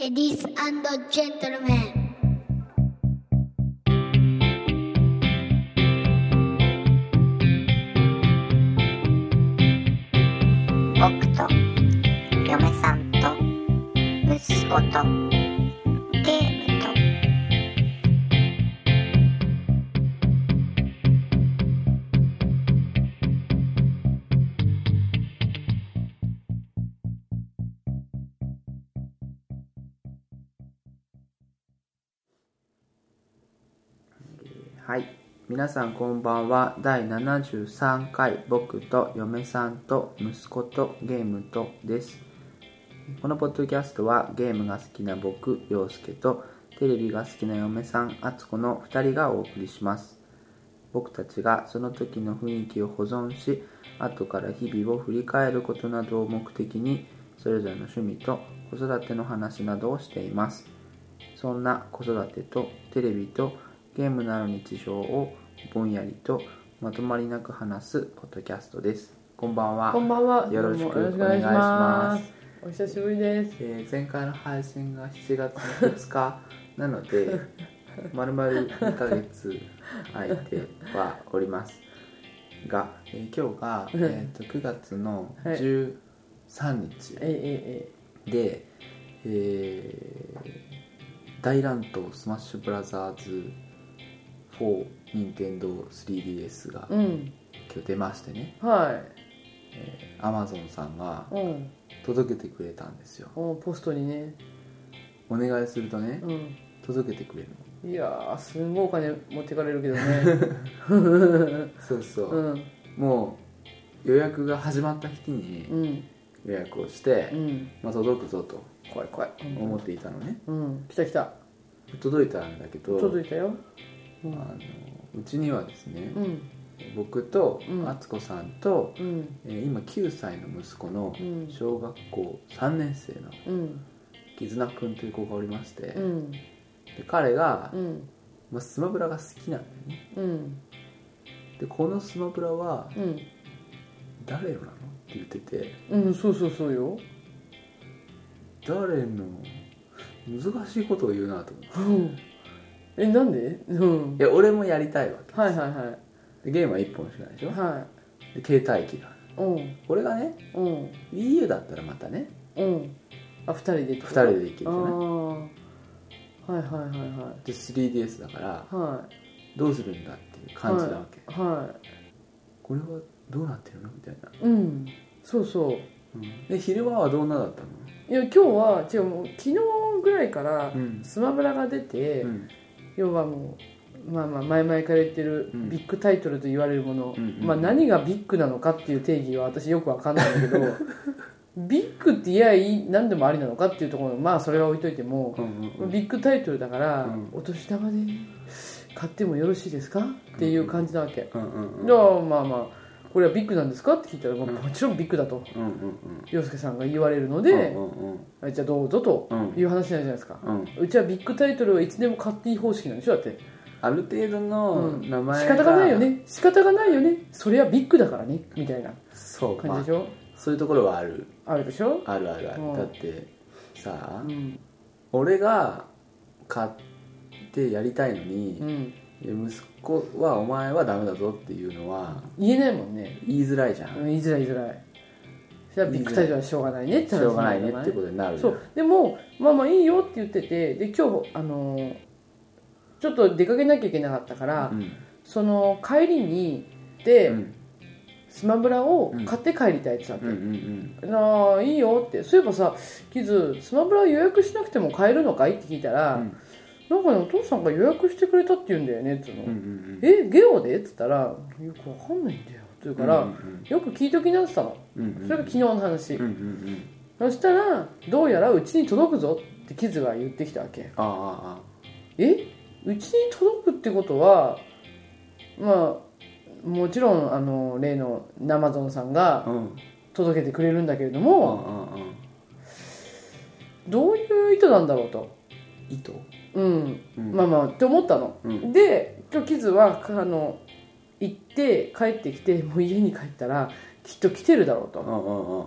Ladies and gentlemen. 僕と嫁さんと息子とゲームとはい皆さんこんばんは第73回「僕と嫁さんと息子とゲームと」ですこのポッドキャストはゲームが好きな僕陽介とテレビが好きな嫁さん敦子の2人がお送りします僕たちがその時の雰囲気を保存し後から日々を振り返ることなどを目的にそれぞれの趣味と子育ての話などをしていますそんな子育てとテレビとゲームなど日常をぼんやりとまとまりなく話すポッドキャストです。こんばんは。こんばんは。よろしくどうもお願いします。お久しぶりです。えー前回の配信が7月の2日 なので、まるまる2ヶ月空いてはおります。が、えー今日が、えー、と9月のはい13日えいえで、えー大乱闘スマッシュブラザーズ4任天堂 3DS がいえいうん。今日出ましてねは Amazon さんがい。うん。届けてくれたんですよおポストにね。お願いするとねう届けてくれるのん。いやー、すんごいお金持ってかれる けどね。そうそうう、ん。もう予約が始まった日にうん。予約をして、うん。まあ、届くぞと怖い怖い。思っていたのねうん。来た来た。届いたんだけど届いたよ。あうん。のうちにはですね、うん。僕とうん敦子さんと、うん。えー今9歳の息子のうん。小学校3年生のうん。絆くんという子がおりまして、うでん。彼が、うん。まあ、スマブラが好きなんだよねうん。でこのスマブラはうん。誰のなのって言っててうん。そうそうそうよ。誰の難しいことを言うなと思ってうん。え、なんでうんい。や俺もやりたいわけはいはいはでゲームは1本しかないでしい。ょはで携帯機がい。うん。俺がねうん。 WiiU だったらまたねうん。あ、二人でって2こと。人でいけるじあゃないあ。はいはいはいはで 3DS だからい。はどうするんだっていう感じなわけ、い。はこれはどうなってるのみたいな、い。うん。そうそう。で昼間はどんなだったのいや、今日は、違う、もう、昨日ぐらいからう。ん、スマブラが出て、うん要はもう。まあまあ、前々から言ってるうんビッグタイトルと言われるもの。うんうんまあ、何がビッグなのかっていう定義は、私よくわかんないんだけ ど。ビッグって、いや、いい、何でもありなのかっていうところ、まあ、それは置いといても。ビッグタイトルだから、うんお年玉で買ってもよろしいですかっていう感じなわけ、うんうんうんじゃあまあまあこれはビッグなんですかって聞いたら、まあうんもちろんビッグだとうんうん洋介さんが言われるのうんでう、んうんあじゃあどうぞとうんいう話になるじゃないですか、うんうちはビッグタイトルはいつでも買っていい方式なんでしょだってある程度の名前仕方がないよね仕方がないよねそれはビッグだからねみたいなそう感じかでしょ、そういうところはあるあるでしょ、あるあるあうんるだってさうあん俺が買ってやりたいのにうん、いや息子はお前はダメだぞっていうのは言えないもんね言いづらいじゃうんん言いづらい言いづらいそれはビッグタイトルはしょうがないねってし話ょうがなないるねじゃってことになるそうでもまあまあいいよって言っててで今日あのーちょっと出かけなきゃいけなかったから、うんその帰りにで、うんスマブラを買って帰りたいって言ってうんうたわんけ、なあいいよってそういえばさキズスマブラ予約しなくても買えるのかいって聞いたら、うんなんかねお父さんが予約してくれたって言うんだよねっつうの、うんうんうんうんえゲオでっつったらよくわかんないんだよって言うから、うんうんよく聞いときなってたのうんうんそれが昨日の話、うんうんうんそしたらどうやらうちに届くぞってキズが言ってきたわけああああえうちに届くってことはまあもちろんあの例のナマゾンさんがうん届けてくれるんだけれどうも、んうんどういう意図なんだろうと、糸うん、うんまあまあって思ったの、うんで今日キズはあの行って帰ってきてもう家に帰ったらきっと来てるだろううんとうんうんは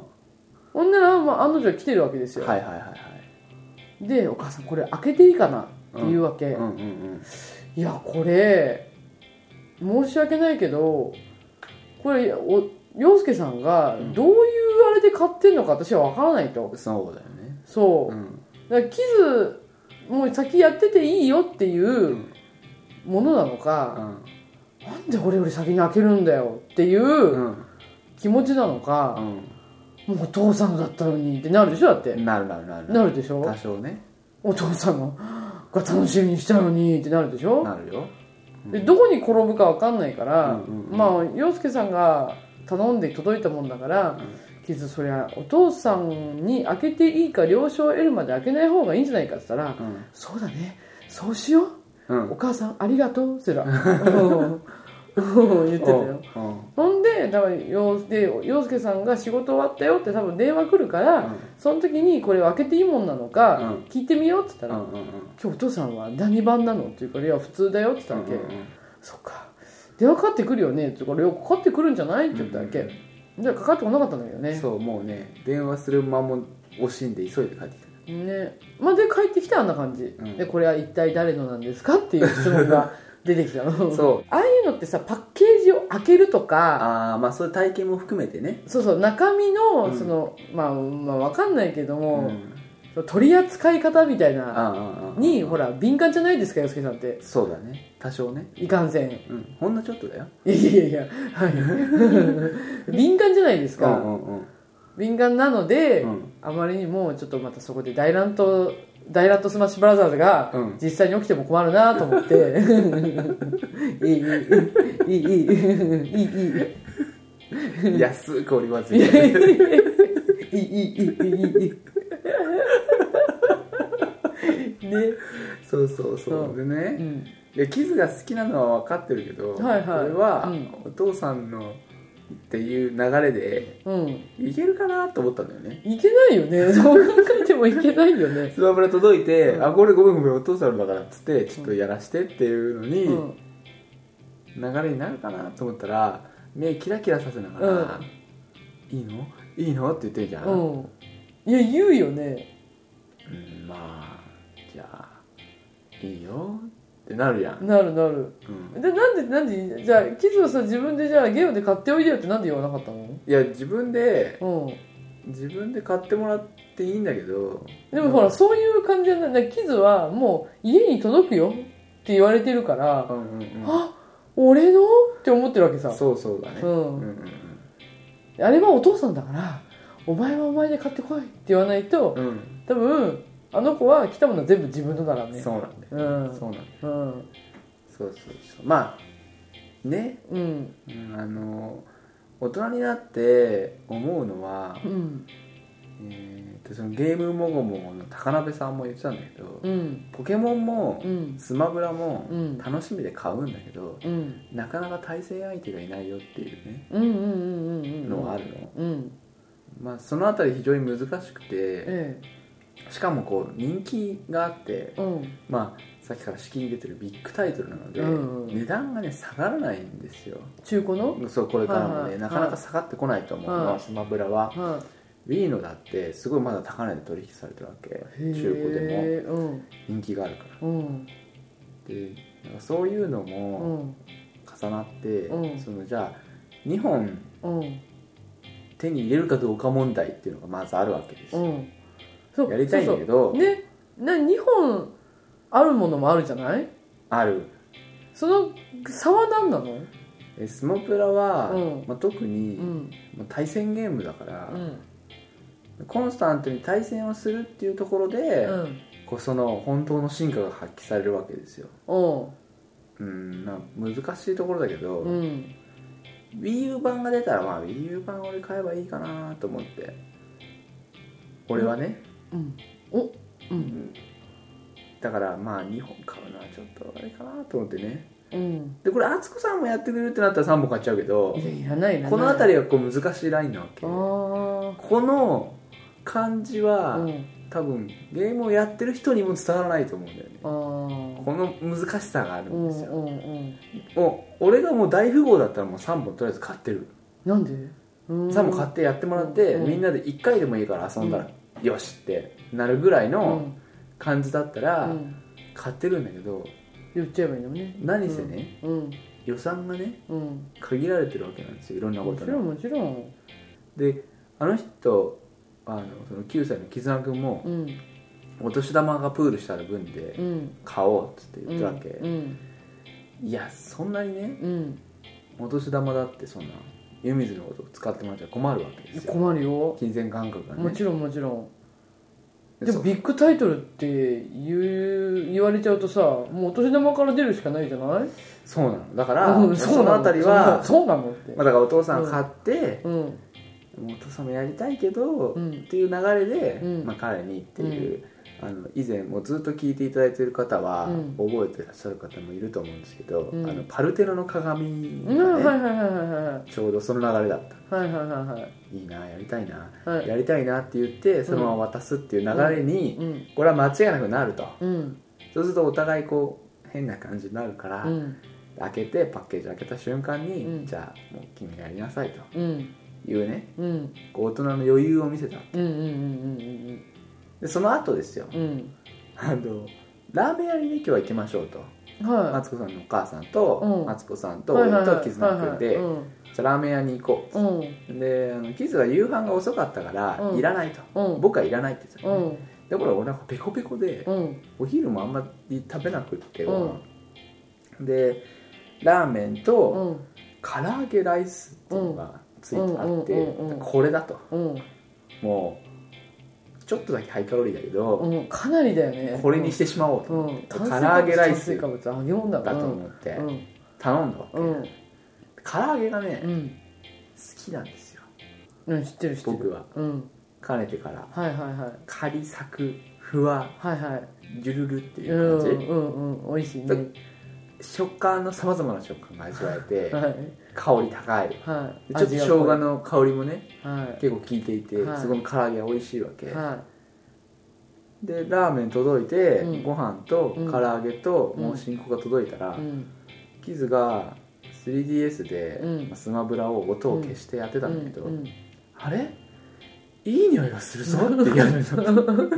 ほんなら、まあ、案の定来てるわけですいよ、はいはいはいでお母さんこれ開けていいかなっていうわけ、うんうんうんいやこれ申し訳ないけどこれお洋介さんがうんどういうあれで買ってんのか私は分からないとそうだよねそううんだからキズもう先やってていいよっていうものなのうか、んなんで俺より先に開けるんだよっていううん気持ちなのか、もうお父さんだったのにってなるでしょだっうてんなるなるなるなるでしょ多少ねお父さんのが楽しみにしたのにってなるでしょなるよでどこに転ぶか分かんないから、うんうんうんまあ洋介さんが頼んで届いたもんだから、きずそりゃお父さんに開けていいか了承を得るまで開けない方がいいんじゃないかって言ったら「うんそうだねそうしようう、んお母さんありがとう」って言ったらうんうん言ってたようんほんでだから洋で洋介さんが仕事終わったよって多分電話来るから、うんその時にこれを開けていいもんなのうかん聞いてみようって言ったうんら「うんうん今日お父さんは何番なの?」って言うから「いや普通だよ」って言ったわけ、そっか電話かかってくるよねって言うから「いやかかってくるんじゃない?」って言ったわけ、じゃあかかってこなかったんだけどねそうもうね電話する間も惜しんで急いで帰ってきねまあで帰ってきたあんな感じ、うんでこれは一体誰のなんですかっていう質問が出てきたのた そうああいうのってさパッケージを開けるとかああまあそういう体験も含めてねそうそう中身うのんその、まあまあわかんないけどうも、んその取り扱い方みたいあなあああにほら敏感じゃないですか洋介さんってそうだね多少ねいかんせんいうんほんのちょっとだよやいやいや はい 敏感じゃないですか、うんうん敏感なので、うんあまりにもちょっとまたそこで大乱闘大乱闘スマッシュブラザーズがうん実際に起きても困るなと思って、いいいいいいいいいいいいい 安く折りまついいいいいいいいいいいね、そうそうそそううでうねん、いやキズが好きなのは分かってるけどこれはいはいはうんお父さんのっていう流れでうん、いけるかなと思ったんだよねいけないよねそう考えてもいけないよね、スマブラ届いて「うんあこれごめんごめんお父さんのだから」っつってちょっとやらしてっていうのにうん、流れになるかなと思ったら目キラキラさせながうんら「いいのいいの?」って言ってるじゃんうんうん、いや言うよねまあじゃあいいよってなるやんなるなるうんでなんでなんでじゃあキズはさ自分でじゃあゲームで買っておいでよってなんで言わなかったのいや自分でうん自分で買ってもらっていいんだけどでもほらうそういう感じじゃないだからキズはもう家に届くよって言われてるからんうんうんあ俺のって思ってるわけさそうそうだねうんうんうんあれはお父さんだからお前はお前で買ってこいって言わないとうんうん多分あの子は来たものは全部自分のだからねそうなんだようんそうなんだようんそうそうそうまあね、うんうんあの大人になって思うのはう、んえーとそのゲームもごもごの高鍋さんも言ってたんだけど、うんポケモンもうんスマブラもうん楽しみで買うんだけど、うんなかなか対戦相手がいないよっていうねうんうんうんうんうんのはあるの、うんまあ、そのあたり非常に難しくてえしかもこう人気があってえうんまあさっきから資金出てるビッグタイトルなので、うんうん値段がね下がらないんですよ中古のそうこれからもね、はいはいなかなか下がってこないと思うのは、はいスマブラはは Wii のだってすごいまだ高値で取引されてるわけいへえ中古でもうん人気があるからうんでなんかそういうのうもん重なって、うんそのじゃあ2本うん手に入れるかどうか問題っていうのがまずあるわけですうよ、んそうやりたいんだそうけどそうねな2本あるものもあるじゃないあるその差は何なのえスマブラは、うんまあ、特に、うんもう対戦ゲームだからう、んコンスタントに対戦をするっていうところで、うんこうその本当の進化が発揮されるわけですよおうんまあ難しいところだけど、ううん WiiU 版が出たら、まあ、WiiU 版俺買えばいいかなと思って俺はね、うんおうんだからまあ2本買うのはちょっとあれかなと思ってねうんでこれ敦子さんもやってくれるってなったら3本買っちゃうけどいやいらないいらないこの辺りがこう難しいラインなわけあこの感じは、あうん多分ゲームをやってる人にも伝わらないと思うんだよねあーこの難しさがあるうんんですよ、うんうんもう俺がもう大富豪だったらもう3本とりあえず買ってる、なんでうん3本買ってやってもらって、うんみんなで1回でもいいから遊んだら、よしってなるぐらいのう感じだったら、うん、買ってるんだけど言っちゃえばいいんだもんね何せね、うん予算がねうん限られてるわけなんですよいろんなこもとちろんのもちろんであの人あのその9歳の絆君もうんお年玉がプールしたら分でうん買おうっつってう言っんたわけ、うんいやそんなにねうんお年玉だってそんな湯水のことを使ってもらっちゃ困るわけですよ困るよ金銭感覚がねもちろんもちろんででそもうビッグタイトルって言う言われちゃうとさもうお年玉から出るしかないじゃないそうなのだから、うんそのあたりはそうなのってまあ、だからお父さんが買って、うんもうお父さんもやりたいけど、うっんていう流れで、うんまあ、彼にっていう、あの以前もうずっと聞いていただいてる方は、うん覚えてらっしゃる方もいると思うんですけど、うんあのパルテノの鏡がうね、んはいはいはいはいはちょうどその流れだったいはいはいはいいいなやりたいな、はいはいやりたいなって言ってそのまま渡すっていう流れに、うんこれは間違いなくなるとうんそうするとお互いこう変な感じになるから、うん開けてパッケージ開けた瞬間に、うんじゃあもう君がやりなさいとうんいうねうんこう大人の余裕を見せたうんうんうんでその後ですようんうんあのラーメン屋にね今日は行きましょうとうんはマツコさんのお母さんと、うんマツコさんいとは俺いはいとキズナ君はいではいじゃあラーメン屋に行こうんうんうであのキズは夕飯が遅かったから、うんいらないと、うん僕はいらないって言ってたうのね、んでこれ俺なんかペコペコで、うんお昼もあんまり食べなくって、うごん飯でラーメンとうん唐揚げライスっていうのがついてあって、うんうんうんうんこれだとうんもうちょっとだけハイカロリーだけど、うんかなりだよねこれにしてしまおうと、うん唐揚げライス炭水化物揚げ物だだと思ってうん頼んだわけ、うん唐揚げがね、う好んきなんですようん、知ってる知ってる僕はうんかねてからはいはいはい仮作ふわはいはいジュルルっていううん感じ、うんうん美味しいね食感のさまざまな食感が味わえては香り高いいはでいちょっと生姜のの香りもねはい結構効いていて、はいすごい唐揚げが美味しいわけ、はでラーメン届いて、うんご飯とうん唐揚げと、うんもう新子が届いたら、いうんキズが 3DS で、うんまあスマブラを音を消してやってたんだけど、うんあれいい匂いがするぞって言われるの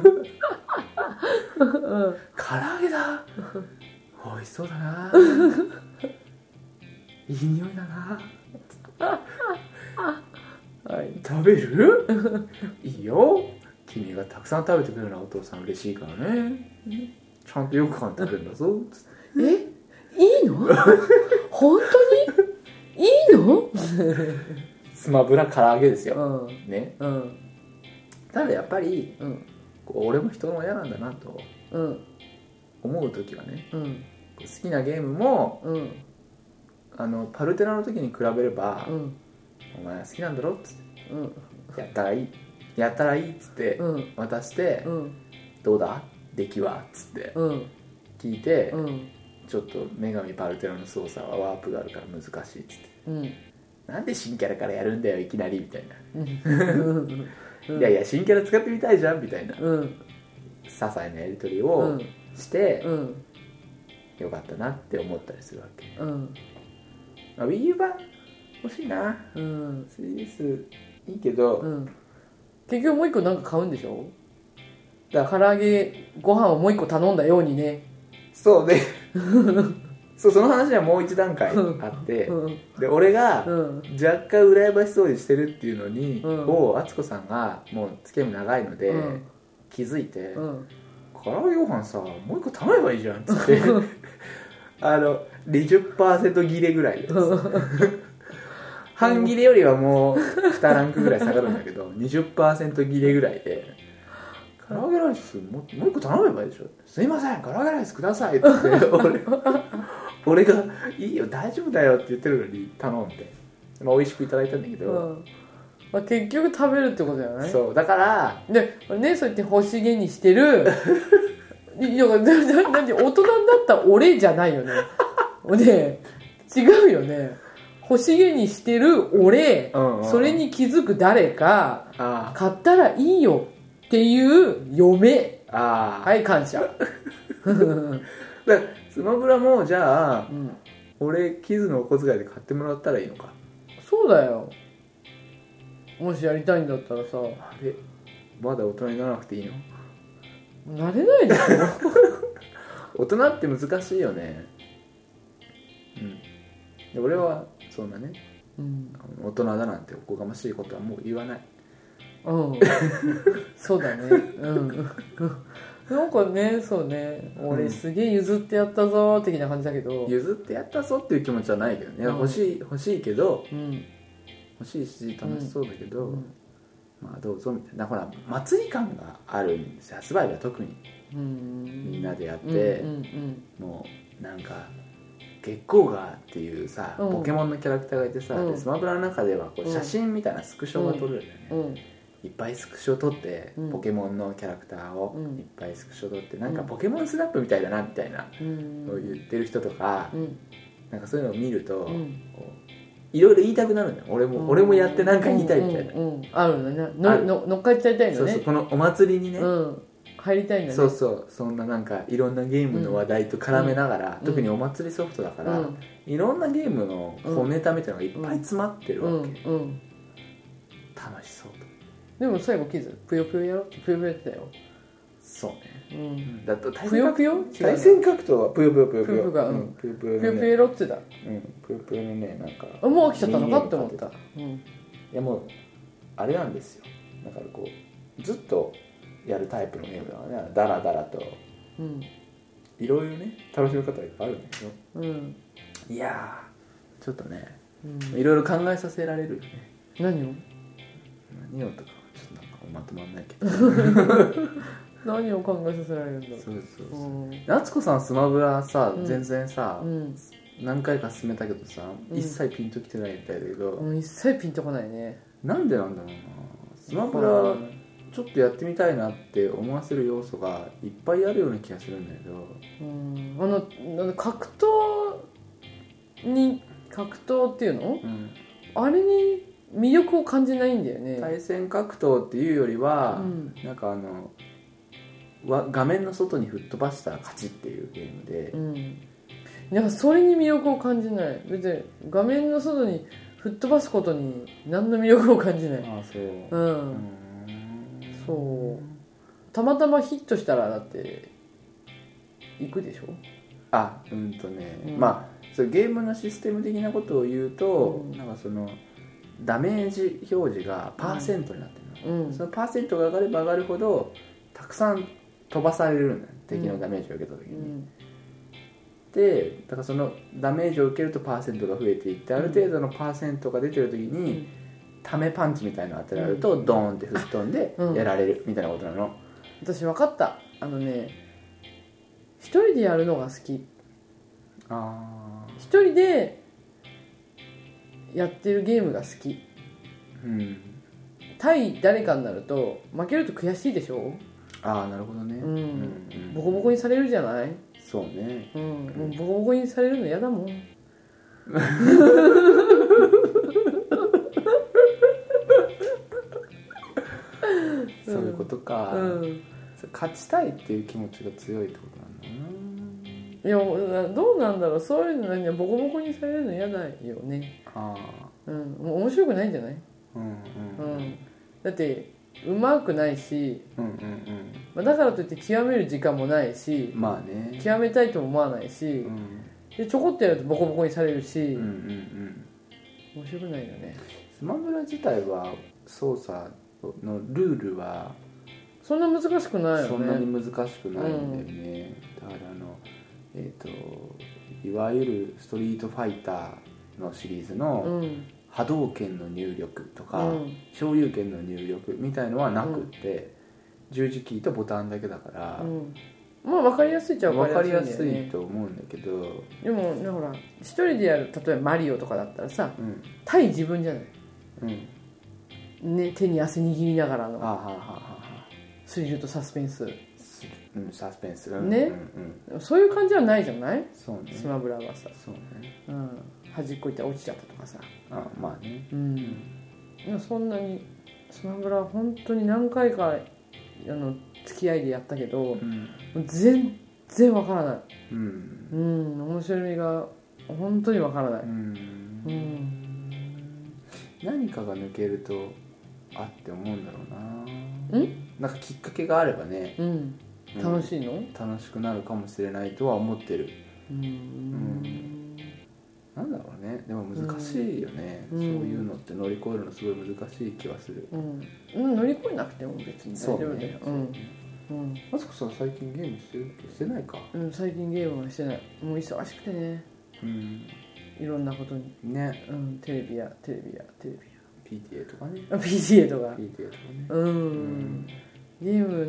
うん唐揚げだ美味しそうだないい匂いだなはい食べるいいよ君がたくさん食べてくれるのはお父さん嬉しいからねちゃんとよくご飯食べるんだぞえいいの本当にいいのスマブラ唐揚げですうよ、んねうんただやっぱりうんこう俺も人の親なんだなとうん思う時はねうんこう好きなゲームもうんあのパルテナの時に比べれば、うんお前は好きなんだろっつっうんてやったらいいやったらいいっつってうん渡して、うんどうだ出来はっつってうん聞いて、うんちょっと女神パルテナの操作はワープがあるから難しいっつってうんなんで新キャラからやるんだよいきなりみたいな、うんうんいやいや新キャラ使ってみたいじゃんみたいな些うん細なやり取りうをんして、うんよかったなって思ったりするわけ、うんまあ、WiiU 版欲しいなうん 3DS いいけど、うん結局もう一個なんか買うんでしょだ唐揚げご飯をもう一個頼んだようにねそうでそうその話はもう一段階あってうんで俺がうん若干羨ましそうにしてるっていうのに、うんを敦子さんがもう付き合いも長いので、うん気づいて、うん唐揚げご飯さもう一個頼めばいいじゃん」っつって あの20%切れぐらいです 半切れよりはもう2ランクぐらい下がるんだけど20%切れぐらいで「唐揚げライスももう一個頼めばいいでしょ」すいません唐揚げライスください」って 言って俺俺が「いいよ大丈夫だよ」って言ってるのに頼んで、まあ、美味しくいただいたんだけうど、んまあ結局食べるってことだよねそうだからでねそうやって欲しげにして るいやだだだって大人になった俺じゃないよねね違うよね欲しげにしてる俺、うんうんそれに気づく誰かあ買ったらいいよっていう嫁あああ、はい感謝うんだからスマブラもじゃあうん俺キズのお小遣いで買ってもらったらいいのかそうだよもしやりたいんだったらさあれまだ大人にならなくていいのなれないでしょ大人って難しいよねうんで俺はそんなねうん、あの大人だなんておこがましいことはもう言わないうん、そうだねうんなんかねそうね俺すげえ譲ってやったぞー的な感じだけど譲ってやったぞっていう気持ちはないけどね、うん欲しい欲しいけどうん欲しいし楽しそうだけうど、んまあどうぞみたいなほら祭り感があるんですよ発売日は特にうんみんなでやって、うんうんもうなんか月光がっていうさ、うんポケモンのキャラクターがいてさ、うんでスマブラの中ではこううん写真みたいなスクショが撮れるんだよね、うんいっぱいスクショ撮って、うんポケモンのキャラクターをうんいっぱいスクショ撮って、なんかポケモンスナップみたいだなみたいなうんのを言ってる人とか、うんなんかそういうのを見ると、うんこういろいろ言いたくなるんだよ俺も、うん俺もやってなんか言いたいみたいな、うんうんあるのねあのるの乗っかっちゃいたいそのうねそうこのお祭りにね、うん入りたいんだねそうそうそんななんかいろんなゲームの話題と絡めながら、うん特にお祭りソフトだから、うんいろんなゲームの小ネタみたいなのがいっぱい詰まってるうわけ、んうん楽しそうとでも最後キズぷよぷよやろぷよぷよやってたよそうねうんだと対ぷよぷよ対戦格闘はぷよぷよぷよぷよぷよがうんぷよぷよぷよのぷよねやろってたうんぷよぷよのねなんかあもう飽きちゃったのかって思っいたうんやもうあれなんですよだからこうずっとやるタイプのゲームだからねだらだらとうんいろいろね楽しみ方がいっぱいあるんですようんいやーちょっとねうんいろいろ考えさせられるよね何を何をとかちょっとなんかまとまんないけど何を考えさせられるんだろうそうそううそうん夏子さんスマブラさうん全然さ、うん何回か進めたけどさ、うん一切ピンときてないみたいだけど、うん一切ピンとこないねなんでなんだろうなスマブラちょっとやってみたいなって思わせる要素がいっぱいあるような気がするんだけどうんあのあの格闘に格闘っていうのうん、あれに魅力を感じないんだよね。対戦格闘っていうよりうは、んなんかあのわ画面の外に吹っ飛ばしたら勝ちっていうゲームでう、ん。なんかそれに魅力を感じない。別に画面の外に吹っ飛ばすことに何の魅力を感じない。ああそう、う。うんんそうたまたまヒットしたらだって行くでしょ。あうんとね、うんまあそうゲームのシステム的なことを言うと、うんなんかそのダメージ表示がパーセントになってるの、うんそ。のパーセントが上がれば上がるほどたくさん飛ばされるんだよ敵のダメージを受けた時うに、んでだからそのダメージを受けるとパーセントが増えていってある程度のパーセントが出てる時に、うんためパンチみたいなの当てられると、ドーンって吹っ飛んでうんやられるみたいなことなの、私分かった。あのね、一人でやるのが好き。ああ一人でやってるゲームが好き。うん対誰かになると負けると悔しいでしょああなるほどね、ううんんボコボコにされるじゃない、そうねうん、もうボコボコにされるの嫌だもんそういうことか、うん勝ちたいっていう気持ちが強いってことなんだいやどうなんだろうそういうの何ボコボコにされるの嫌だよねなあうんもう面白くないんじゃないあうんううんんだってうまくないし、うんうんまあだからといって極める時間もないしうんまあね極めたいとも思わなういんしうんでちょこっとやるとボコボコにされるしうんうん面白くないよねスマブラ自体は操作のルールはそんな難しくないそよんなにね難しくないんだよね、だからあのえっ、といわゆるストリートファイターのシリーズうのん波動拳の入力とか、うん昇竜拳の入力みたいのはなくって、十字キーとボタンだけだから、うんまあ分かりやすいっちゃわ分かかりりややすすいんだよねいと思うんだけど、でもねほら一人でやる例えばマリオとかだったらさうん対自分じゃない、うん、ね、手に汗握りながらあのはあはあはあスリルとサスペンスすうん、サスペンスうんねうんうん、そういう感じはないじゃないそうねスマブラはさ、そうねうん、端っこ行ったら落ちちゃったとかさあまあねうんでもそんなにスマブラは本当に何回かあの付き合いでやったけどうん、全然わからないうんうん面白みが本当にわからないうんうん何かが抜けるとあって思うんだろうなうんなんかきっかけがあればねうん楽しいの楽しくなるかもしれないとは思ってるうんなんだろうねでも難しいよね、うんそういうのって乗り越えるのすごい難しい気はする、うん、うん、乗り越えなくても別にそ大う丈夫だねよ、うんうんマツコさん最近ゲームしてるしてないかうん、最近ゲームはしてないもう忙しくてねうんいろんなことに、ねうん、テレビやテレビやテレビ PTA とかねや PGA とか PTA とかねうん、ゲーム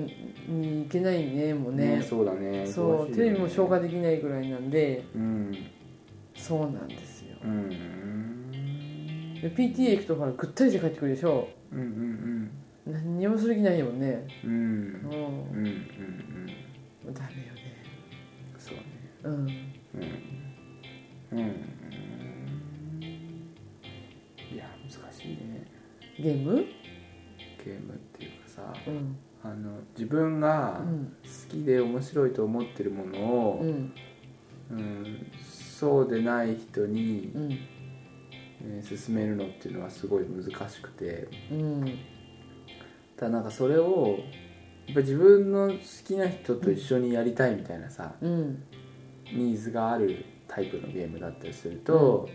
に行けないねもうねそうだねそう、テレビも消化でできないぐらいなんでうんそうなんですようんで PTA 行くとほらぐったりして帰ってくるでしょうんうん何にもする気ないもんねうんうんううんんうんうんダメよねそうねうんうんうんいや難しいねゲームゲームっていうかさうんあの自分うがん好きで面白いと思ってるものを、うんうん、そうでない人にう、んえー勧めるのっていうのはすごい難しくてうんただなんかそれをやっぱ自分の好きな人と一緒にやりたいみたいなさ、うんニーズがあるタイプのゲームだったりすると、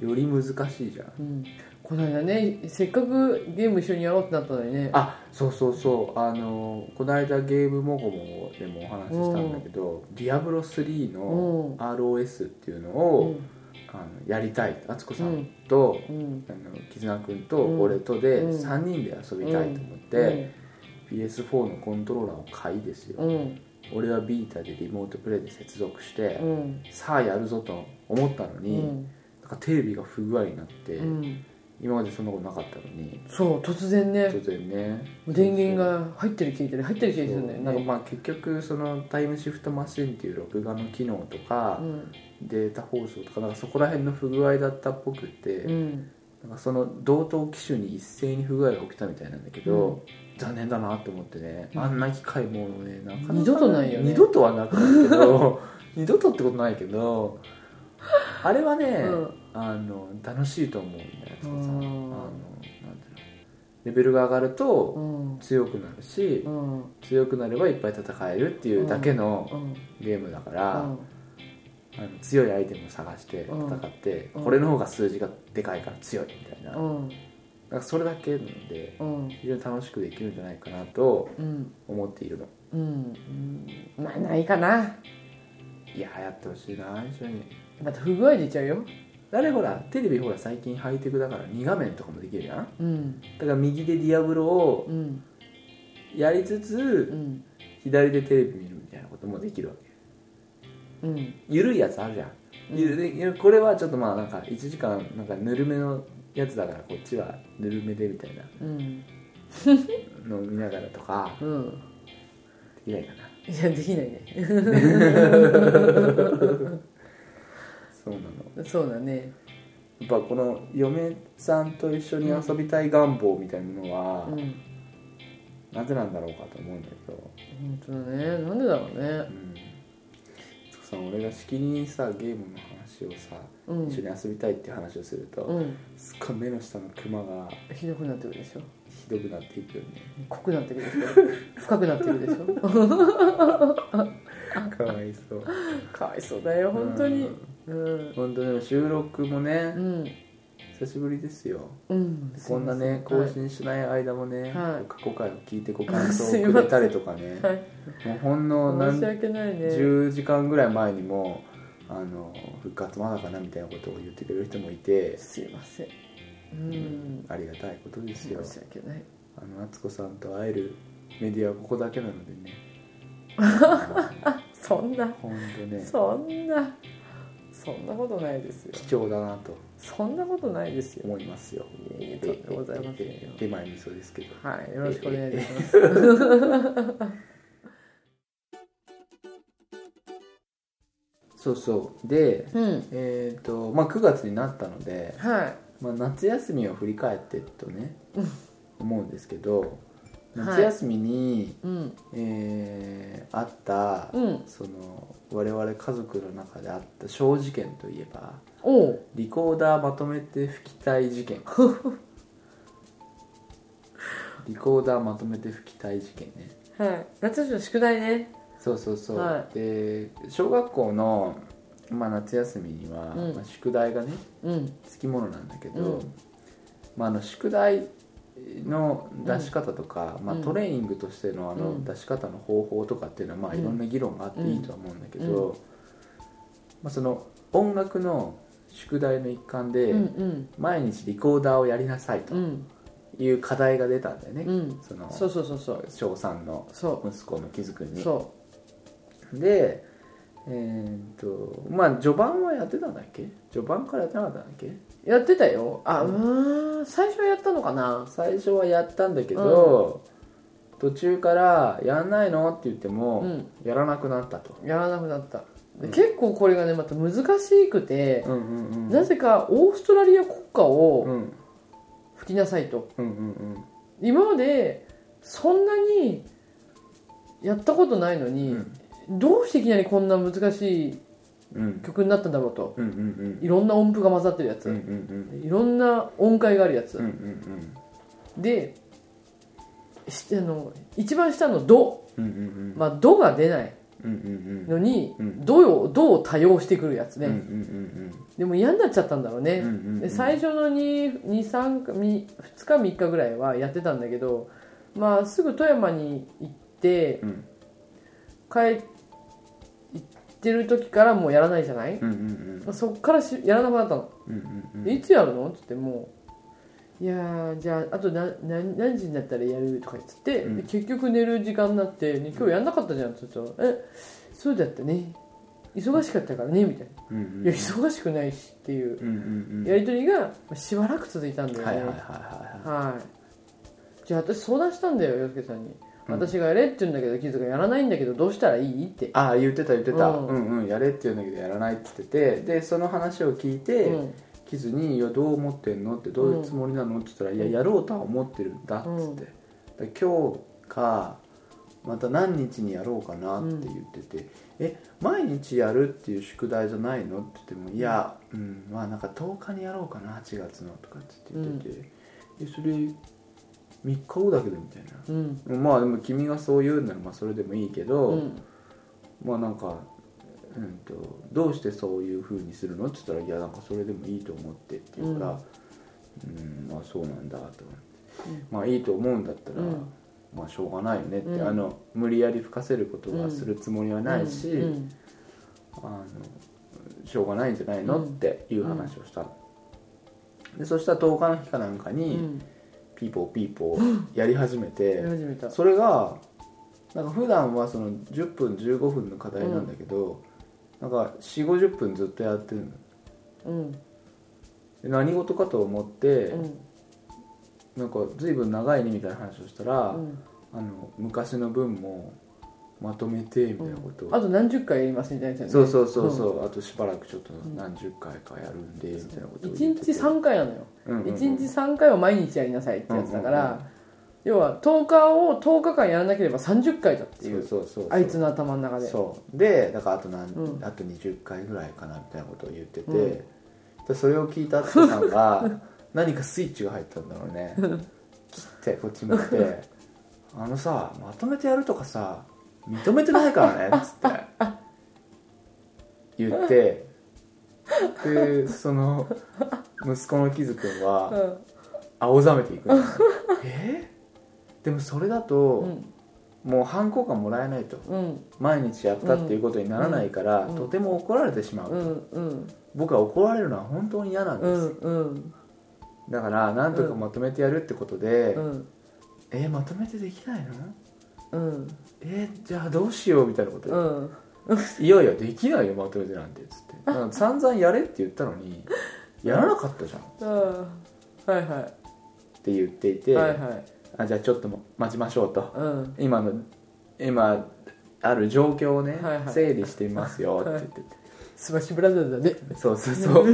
より難しいじゃんうんこの間ねせっかくゲーム一緒にやろうってなったのにねあそうそうそうあのこの間ゲームもごもでもお話ししたんだけど「ディアブロ3」のうん ROS っていうのうを、んあのやりたい敦子さんと、うんあの絆くんと俺とでうん3人で遊びたいと思って、PS4 のコントローラーを買いですよ、うん俺はビータでリモートプレイで接続して、うんさあやるぞと思ったのうに、んなんかテレビが不具合になって、うん今までそんなことなかったのにそう突然ね当然ね電源が入ってる消えてる入ってるそ消うえてるんだよねなんかまあ結局そのタイムシフトマシンっていう録画の機能とかう、んデータ放送とかなんかそこら辺の不具合だったっぽくて、うんなんかその同等機種に一斉に不具合が起きたみたいなんだけど、残念だなと思ってね、うんあんな機会もうねなかなか二度とないよね二度とはなくなるけど 二度とってことないけどあれはね、うんあの楽しいと思うんだよつこさんあのなうんんていうのレベルが上がるうとん強くなるし、うん強くなればいっぱい戦えるっていうだけのゲームだから、あの強いアイテムを探して戦って、うんこれの方が数字がでかいから強いみたいな、うんなんかそれだけなのでうん非常に楽しくできるんじゃないかなとうん思っているのうんまあないかないや流行ってほしいな一緒にまた不具合出ちゃうよあれほらテレビほら最近ハイテクだから2画面とかもできるやんだうんから右でディアブロをうんやりつうつん左でテレビ見るみたいなこともできるわけうんゆるいやつあるじゃん、うんゆるいゆるこれはちょっとまあなんか1時間なんかぬるめのやつだからこっちはぬるめでみたいなうんのを見ながらとかうんできないかないやできないねそうなのそうだねやっぱこの嫁さんと一緒に遊びたい願望みたいなものは、うんなぜなんだろうかと思うんだけど、本当だねなんでだろうねうん、つくさん俺がしきりにさゲームの話をさ、うん一緒に遊びたいっていう話をすると、うんすっごい目の下のクマがひどくなってくるでしょひどくなっていくよね濃くなってくるでしょ深くなってくるでしょかわいそうかわいそうだよ本当にうん本当でも収録もね、うん久しぶりですようんこんなねすいま更せ新しない間もね、はい過去回を聞いてご感 想をくれたりとかね、はいもうほんのはい申何し訳ないね10時間ぐらい前にもあの復活まだかなみたいなことを言ってくれる人もいて、すいませんうんありがたいことです申よし訳ないあの敦子さんと会えるメディアはここだけなので ねそんな本当ねそんなそんなことないですよ貴重だなとそんなことないですよ思いますよいえいえとんでございませんよ手前味噌ですけどはいよろしくお願いしますそうそうでうんえっ、とまあ9月になったので、はいまあ、夏休みを振り返ってと ね思うんですけどはい夏休みに、うんえーあった、うんその我々家族の中であった小事件といえばおうリコーダーまとめて吹きたい事件 リコーダーまとめて吹きたい事件ねはい夏休みの宿題ねそうそうそう、はで小学校の、まあ、夏休みには、うんまあ、宿題がねうんつきものなんだけど、うんまあ、あの宿題の出し方とか、まあ、うんトレーニングとしてのあうのん出し方の方法とかっていうのは、まあ、うんいろんな議論があっていいとは思うんだけど、うまあ、その音楽の宿題の一環で、うんうん毎日リコーダーをやりなさいとうんいう課題が出たんだよね、うんそのそうそうそうそう翔さんのそ息子の木津君うに。そでえーっとまあ序盤はやってたんだっけ序盤からやってなかったんだっけうやってたよあうーん最初はやったのかな最初はやったんだけど、途中から「やんないの?」って言っても、うんやらなくなったと、やらなくなった、うでん結構これがねまた難しくて、うんうんうん、なぜかオーストラリア国歌うんうをん吹きなさいと、うんうん今までそんなにやったことないのに、どうしていきなりこんな難しいうん曲になったんだろうとうんうんうんいろんな音符が混ざってるやつ、うんうんうんいろんな音階があるやつ、うんうんでしあの一番下の「ドうんうんうんうん」まあ「ド」が出ないうんうんうんのにうん「ド」よ「ド」を多用してくるやつね、うんうんでも嫌になっちゃったんだろうね、うんうんうんで最初の2 3 2日3日ぐらいはやってたんだけどまあすぐ富山に行ってうん帰行ってる時からもうやらないじゃない、うんうんうんそっからしやらなくなったの、うんうんうんでいつやるのって言ってもういやーじゃああとな何何時になったらやるとか言ってて、うんで結局寝る時間になって、ね今日やんなかったじゃんって言ったら「えそうだったね忙しかったからね」みたいな「うんうんいや忙しくないし」っていううんうんうんやり取りがまあしばらく続いたんだよねははいい、はいはいはいはじゃあ私相談したんだよ洋介さんに、うん私がやれって言うんだけどキズがやらないんだけどどうしたらいいっていああ言ってた言ってた、うんうんうんやれって言うんだけどやらないって言っててでその話を聞いて、うんキズに「いやどう思ってんの?」って「どういうつもりなの?」って言ったら「いややろうとは思ってるんだ」っつって、うんだから今日かまた何日にやろうかなって言ってて「え毎日やるっていう宿題じゃないの?」って言っても「いや、うん、まあなんか10日にやろうかな8月の」とかって言ってて「えそれ3日後だけど」みたいな。うんまあでも君がそう言うならまあそれでもいいけど、うんまあなんか、うん、とどうしてそういうふうにするのって言ったら「いやなんかそれでもいいと思って」って言うから「うん、まあそうなんだ」と思って、まあいいと思うんだったら、うんまあしょうがないよねって、うんあの無理やり吹かせることはするつもりはないし、うんあのしょうがないんじゃないの、うんっていう話をしたのでそしたら10日の日かなんかうに、んピーポーピーポーやり始めて。やり始めたそれがなんか普段はその10分15分の課題なんだけど、なんか4 5 0分ずっとやってるのうんで何事かと思って、うんなんか随分長いねみたいな話をしたら、うんあの昔の分もまとめてみたいなことを、あと何十回やりますみたいなやつそやうねそうそうそう、あとしばらくちょっと何十回かやるんでみたいなことを言っ1て日3回なのようんうんうん1日3回は毎日やりなさいってやつだから要は10日を10日間やらなければ30回だってそいううそうそうそうあいつの頭の中でそうでだからあと何、うんあと20回ぐらいかなみたいなことを言ってて、うんでそれを聞いた敦子さんが 何かスイッチが入ったんだろうね切ってこっち向いて「あのさまとめてやるとかさ認めてないから ね」っつって言ってでその息子のキズ君うはん青ざめてい くのえでもそれだうと、んもう反抗感もらえないと。うん毎日やったっていうことにならないから、うんとても怒られてしまう、うんうん僕は怒られるのは本当に嫌なんでうす、んうんだからなんとかまとめてやるってことで、うんえーまとめてできないのうんえーじゃあどうしようみたいなことで、うんいやいやできないよまとめてなんてつってなんか散々やれって言ったのにやらなかったじゃんっはいはて言っていいて、はいはいあじゃあちょっとも待ちましょうとうん今の今ある状況をね、はいはい整理してみますよって言ってて、 スマッシュブラザーズだねそうそうそう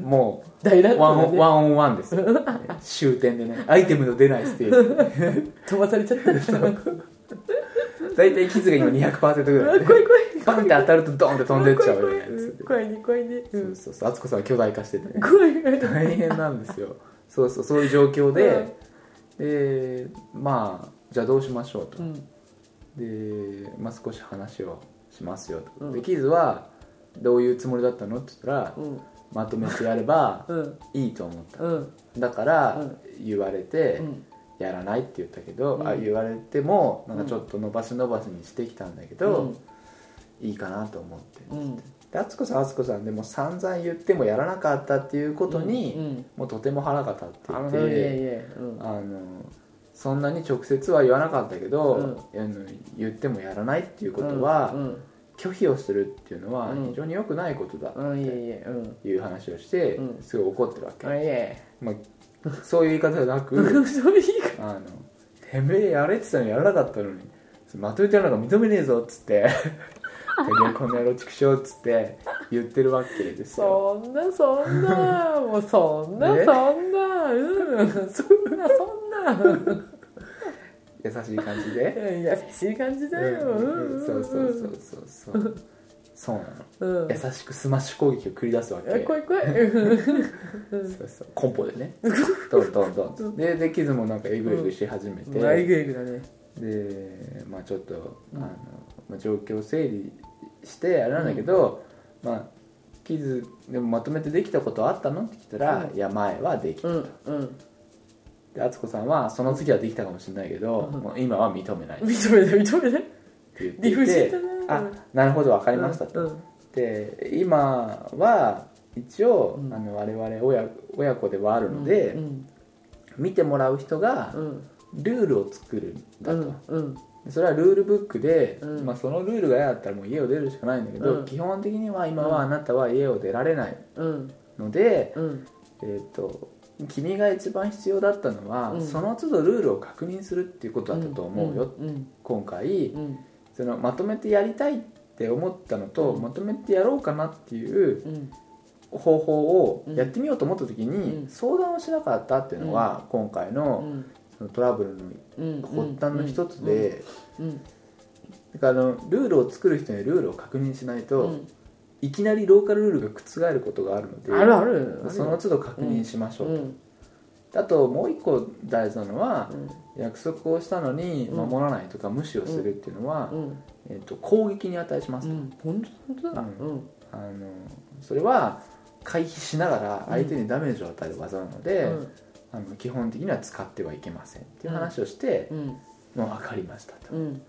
もう大乱ワンオ闘ンだワねンオンワンですよ、ね終点でねアイテムの出ないステージ飛ばされちゃった怖い大体傷が今200%ぐらいで怖い怖いバンって当たるとドンって飛んでっちゃうよ怖いね怖いうん怖いね怖いねうそんうそうそう敦子さんは巨大化しててね怖い怖い大変なんですよそうそうそういう状況で、でまあじゃあどうしましょうと、うんで、まあ、少し話をしますよと、うんでキズはどういうつもりだったのって言ったら、うんまとめてやればうんいいと思った、うんだからうん言われて、うんやらないって言ったけど、うんあ言われてもなんかちょっと伸ばし伸ばしにしてきたんだけど、いいかなと思って、うんで敦子さん敦子さんでも散々言ってもやらなかったっていうことに、うんもうとても腹が立っていてあのいえいえうんあのそんなに直接は言わなかったけど、あの言ってもやらないっていうことは、うん拒否をするっていうのはうん非常に良くないことだうんうんいえっいえうんていう話をして、うんすごい怒ってるわけ、あいえまあ、そういう言い方じゃなくそういう言いあのてめえやれって言ったのにやらなかったのにまとめてやるのが認めねえぞっ つって「てめえこの野郎畜生」っつって言ってるわけですよそんなそんなもうそんなねそんなうんそんなそんな優しい感じで。うん優しい感じだよううんんうんそうそうそうそうそうそうなのうんうん優しくスマッシュ攻撃を繰り出すわけえ怖い怖いうんそうそうコンポでねどんどんどんどんででキズもなんかエグエグし始めて、うんあえぐえぐだねでまあちょっと、あのまあ、状況を整理してあれなんだけど、まあキズでもまとめてできたことあったのって聞いたら、ういや前はできた、うんうんで敦子さんはその次はできたかもしれないけど、うんもう今は認めないって認めない認めない言ってい理不て尽だなあなるほど分かりましたと、うんで今は一応、うんあの我々親親子ではあるうんので、うん見てもらう人がうんルールを作るんだと、うんそれはルールブックで、うんまあ、そのルールが嫌だったらもう家を出るしかないんだけど、うん基本的には今はあなたは家を出られないうんので、うんえー、と君が一番必要だったのは、うんその都度ルールを確認するっていうことだったと思うよ、うん今回、うんそのまとめてやりたいって思ったのと、うんまとめてやろうかなっていううん方法をやってみようと思った時に、うん相談をしなかったっていうのは、今回うのんそのトラブルのうん発端の一つで、うんだからあのルールを作る人にルールを確認しないと、うんいきなりローカルルールが覆ることがあるのであるあるその都度確認しましょうと、うんあともう一個大事なのはう、ん約束をしたのにうん守らないとか無視をするっていうのは、うんえっと攻撃に値しますうと、ん本当本当だううんあのそれは回避しながら相手にダメージを与える技なので、うんあの基本的には使ってはいけませんっていう話をして、うんもう分かりましたと、うん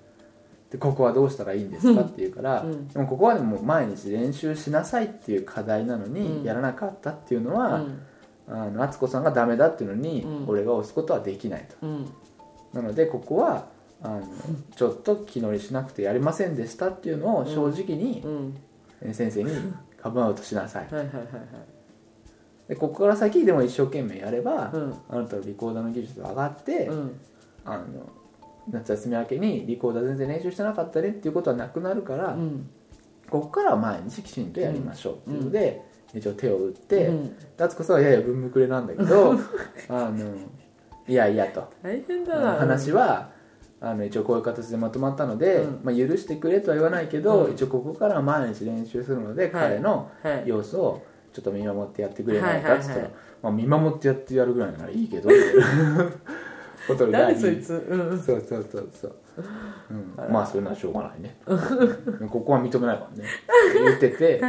でここはどうしたらいいんですかっていうから、うんでもここはでも毎日練習しなさいっていう課題なのうんにやらなかったっていうのうは、んあの敦子さんがダメだっていうのに、うん俺が押すことはできないとうんなのでここはあのちょっと気乗りしなくてやりませんでしたっていうのを正直にうんえー先生にカムアウトしなさいはいはいはいはいでここから先でも一生懸命やれば、うんあなたのリコーダーの技術が上がって、うんあの夏休み明けにリコーダー全然練習してなかったねっていうことはなくなるから、うんここからは毎日きちんとやりましょうっていうので、一応手を打って、うん夏子さんはややぶんぶくれなんだけ どあのいやいやと大変だな話はあの一応こういう形でまとまったので、うんまあ、許してくれとは言わないけど、うん一応ここからは毎日練習するので、彼のはい様子をちょっと見守ってやってくれないはかいっはいつはいったら、まあ、見守ってやってやるぐらいならいいけどっていう ことにな誰りそいつうんそうそうそうそう、うんあら、まあそういうのはしょうがないねここは認めないからね言ってて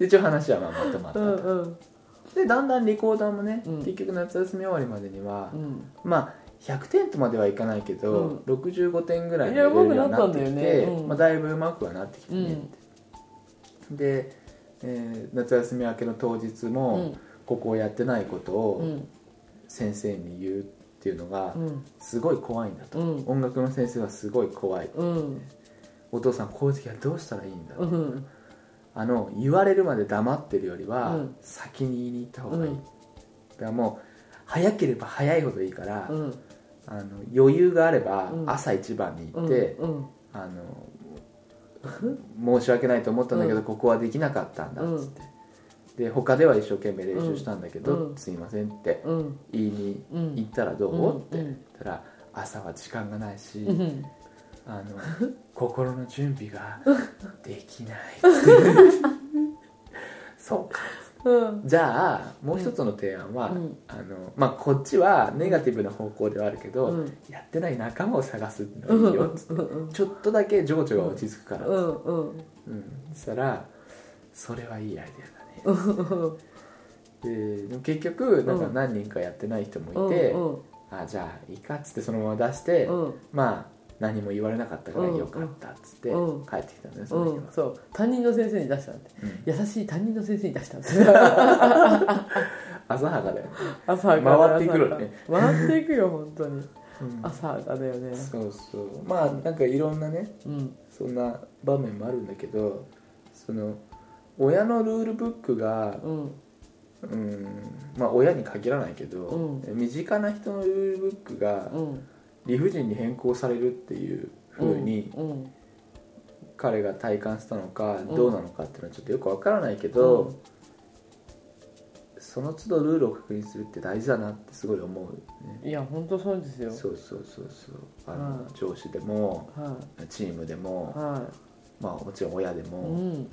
で一応話はまあまとまっうたんと、うんでだんだんリコーダーもね、うん結局夏休み終わりまでにはう、んまあ100点とまではいかないけど、65点ぐらいいやのレベル僕になはったなんってだよきねてうんまあ、だいぶうまくはなってきてうね、んで、えー夏休み明けの当日うも、んここをやってないことうをん先生に言うっていうのがうんすごい怖いんだと、うん音楽の先生はすごい怖いうんお父さんこういう時はどうしたらいいんだ、うんあの言われるまで黙ってるよりは、うん先に言いに行った方がいい、うんだからもう早ければ早いほどいいから、うんあの余裕があればうん朝一番に行うっんて、うんあ の申し訳ないと思ったんだけど、うんここはできなかったんだうっんつって、で他では一生懸命練習したんだけど、うんすいませんってうん言いにうん行ったらどう、うんってうん言ったら朝は時間がないし、うんあの 心の準備ができないそうかううんじゃあもう一つの提案は、うんあのまあ、こっちはネガティブな方向ではあるけど、うんやってない仲間を探すってうのがいんうんいうよんうんちょっとだけ情緒が落ち着くから、うんうんうん、そしたらそれはいいアイデうんうんアだねででも結局なんかうん何人かやってない人もいて、うんあじゃあいいかっつってそのまま出して、うんまあ何も言われなかったからよかったっつってうん帰ってきたんだよその日うんは、そう担任の先生に出したんってうん優しい担任の先生に出したんって浅はかだよね、朝から回ってくるよね朝から回っていくよ本当うにん朝がだよねそうそうまあなんかいろんなねうんそんな場面もあるんだけどその親のルールブックがうんうんまあ親に限らないけど、う身近な人のルールブックがうん理不尽に変更されるっていう風にうん彼が体感したのかんどうなのかっていうのはちょっとよくわからないけど、うんその都度ルールを確認するって大事だなってすごい思うねいや本当そうですよそうそうそうそうあの、うん上司でもはチームでいも、はまあもちろん親でも、いうん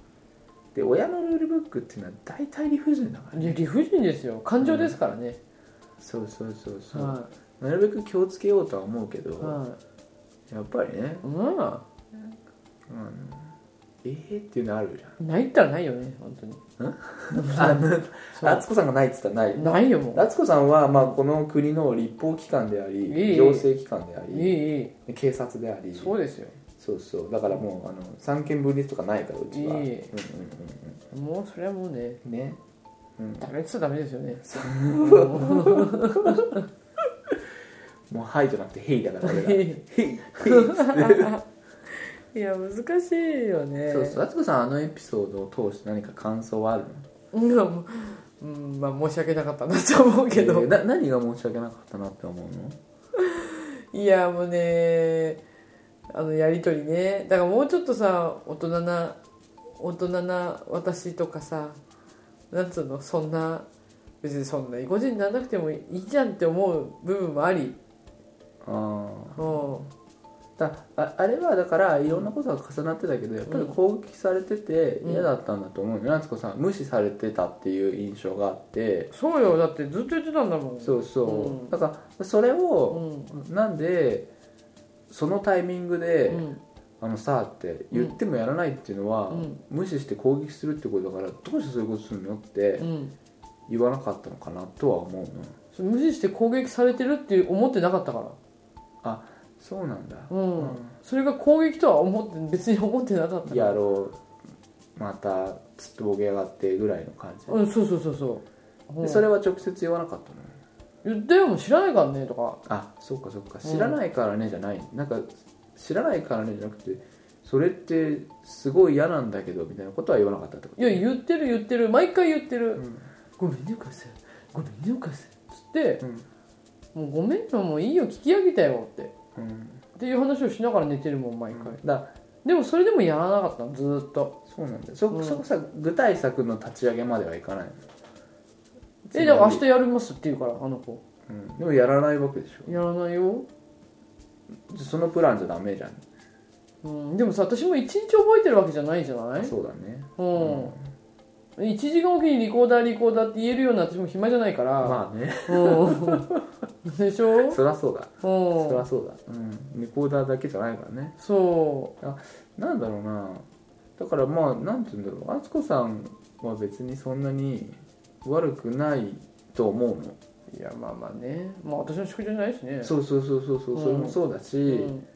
で親のルールブックっていうのは大体理不尽だからいやね理不尽ですよ感情ですからねそうそうそうそう、はなるべく気をつけようとは思うけど、いはやっぱりねいうんあのえー、っていうのあるじないったらないよね本当にゃんあのそう敦子さんがないって言ったらないないよもう敦子さんはまあこの国の立法機関でありいい行政機関であいいりいい警察でありそうですよそうそうだからもうあの三権分立とかないからうちは、いういんうんもうそれはもうねうんうんね、うんダメっつったらダメですよねもう「はい」じゃなくて「へい」だから 俺が「へへ いい」いや難しいよねそうそう敦子さんあのエピソードを通して何か感想はあるのうんも ううんまあ申し訳なかったなと思うけど、えーな何が申し訳なかったなって思うのいやもうねあのやり取りねだからもうちょっとさ大人な大人な私とかさなんつうのそんな別にそんな意固地にならなくてもいいじゃんって思う部分もありあうんーだああれはだからいろんなことが重なってたけどやっぱり攻撃されててうん嫌だったんだと思うのよ敦子さん無視されてたっていう印象があってそうよだってずっと言ってたんだもんそうそう、うんだからそれうを、んなんでそのタイミングで「うんあのさ」って言ってもやらないっていうのは、うん無視して攻撃するってことだからどうしてそういうことするのってうん言わなかったのかなとは思うのそれ無視して攻撃されてるって思ってなかったからそうなんだ、うん、それが攻撃とは思って別に思ってなかったからやろうまたつっとぼけやがってぐらいの感じ、うんそうそうそうそう、うでんそれは直接言わなかったの言ったよもう知らないからねとかあそっかそっか知らないからねじゃない、なんか知らないからねじゃなくてそれってすごい嫌なんだけどみたいなことは言わなかったってこといや言ってる言ってる毎回言ってる、うんごめんねお母さんごめんねお母さんつってうん「もうごめんよもういいよ聞き上げたよ」ってうんっていう話をしながら寝てるもん毎回、だでもそれでもやらなかったのずーっとそうなんだよそ,、うんそこさ具体策の立ち上げまではいかないのえだから明日やりますって言うからあの子うん、でもやらないわけでしやらないよ、ょそのプランじゃダメじゃん、うん、でもさ私も一日覚えてるわけじゃないじゃないそうだねうん1時間おきにリコーダーリコーダーって言えるような私も暇じゃないから、まあねうん、でしょ、うん、そりゃそうだそりそゃそうだうんレコーダーだけじゃないからねうなんだろうなだからまあなんて言うんだろう敦子さんは別にそんなに悪くないと思うの、いやまあまあねまあ私の宿題じゃないしねそうそうそうそうそう、うんそれもそうだし、うん、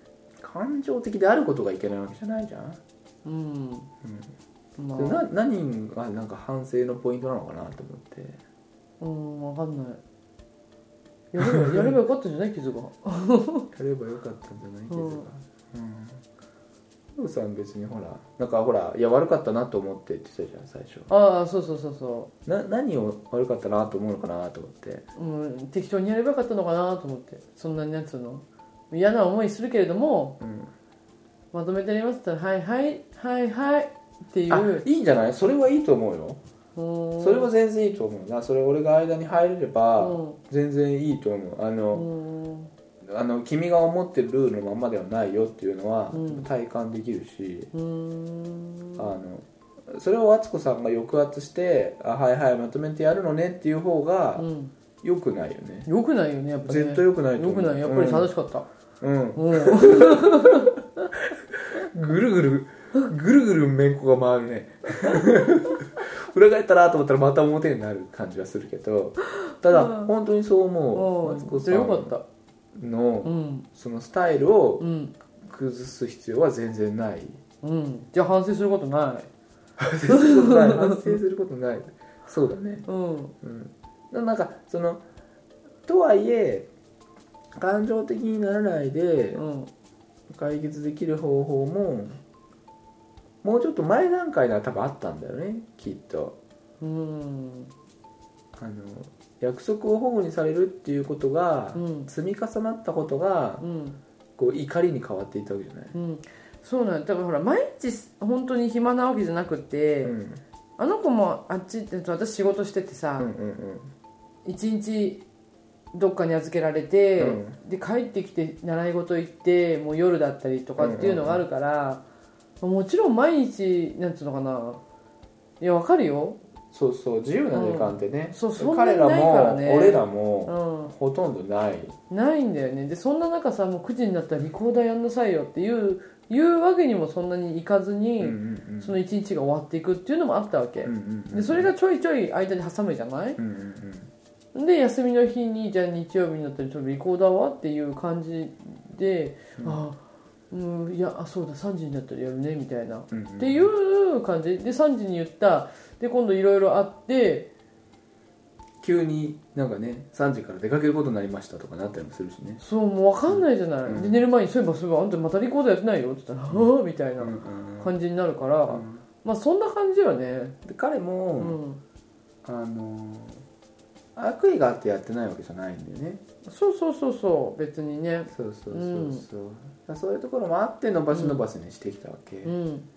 感情的であることがいけないわけじゃないじゃん、うんまあそれな何がなんか反省のポイントなのかなと思ってうんわかんないやればや ればよかったんじゃない傷がやればよかったんじゃないけどうんうん敦子さん別にほらなんかほらいや悪かったなと思ってって言ってたじゃん最初ああそうそうそうそな何を悪かったなと思うのかなと思ってう、うん、適当にやればよかったのかなと思ってそんなになんつうの嫌な思いするけれどもうんまとめてやりますって言ったら「はいはいはいはい」っていあういいんじゃないそれはいいと思うよそそれは全然いいと思うなそれ俺が間に入れれば全然いいと思うあうの,、んうんあの君が思ってるルールのままではないよっていうのはうん体感できるし、うーんあのそれを敦子さんが抑圧して「あはいはいまとめてやるのね」っていう方がうん、良くないよね、よくないよねやっぱね絶対良くないとよ思くうないやっぱり楽しかった、うん、うん うん、ぐるぐるぐるぐるめんこが回るね 裏返ったなと思ったらまた表になる感じはするけどただ、うん本当にそう思う敦う子ん、じさゃあよかっんたうのんそのスタイルをうん崩す必要は全然ないうんじゃあ反省することない反省することない反省することないそうだねうんうん、でもなんかそのとはいえ感情的にならないでうん解決できる方法ももうちょっと前段階では多分あったんだよねきっとうんあの約束を保護にされるっていうことが、うん積み重なったことがうんこう怒りに変わっていったわけじゃない、うん、そうなんだだからほら毎日本当に暇なわけじゃなくて、うん、あの子もあっちって私仕事しててさうんうん一、日どっかに預けられて、うで帰ってきて習い事行ってもう夜だったりとかっていうのがあるから、もちろん毎日なんつうのかないやわかるよ、そうそう自由な時間ってね、うんそうそんな彼にらないからも、ね俺らもうほとんどないん、ないんだよねでそんな中さもう9時になったらリコーダーやんなさいよっていういうわけにもそんなにいかずに、うんその一日が終わっていくっていうのもあったわけ、うんうんうんでそれがちょいちょい間に挟むじゃないうんうんうんで休みの日にじゃあ日曜日になったらちょっとリコーダーはっていう感じで、ああうんいやあそうだ3時になったらやるねみたいな、っっていう感じで3時に言ったで今度いろいろあって急になんかね3時から出かけることになりましたとかなったりもするしねそうもう分かんないじゃない、うんで寝る前にそういえばそういえばあんたまたリコーダーやってないよって言ったら「ああ」みたいなうん感じになるから、まあそんな感じよねで彼うも、ん、あのー悪意があってやってないわけじゃないんだよねそうそうそうそう別にねそうそうそううんそう、だからそういうところもあって伸ばし伸ばしにしてきたわけ、うん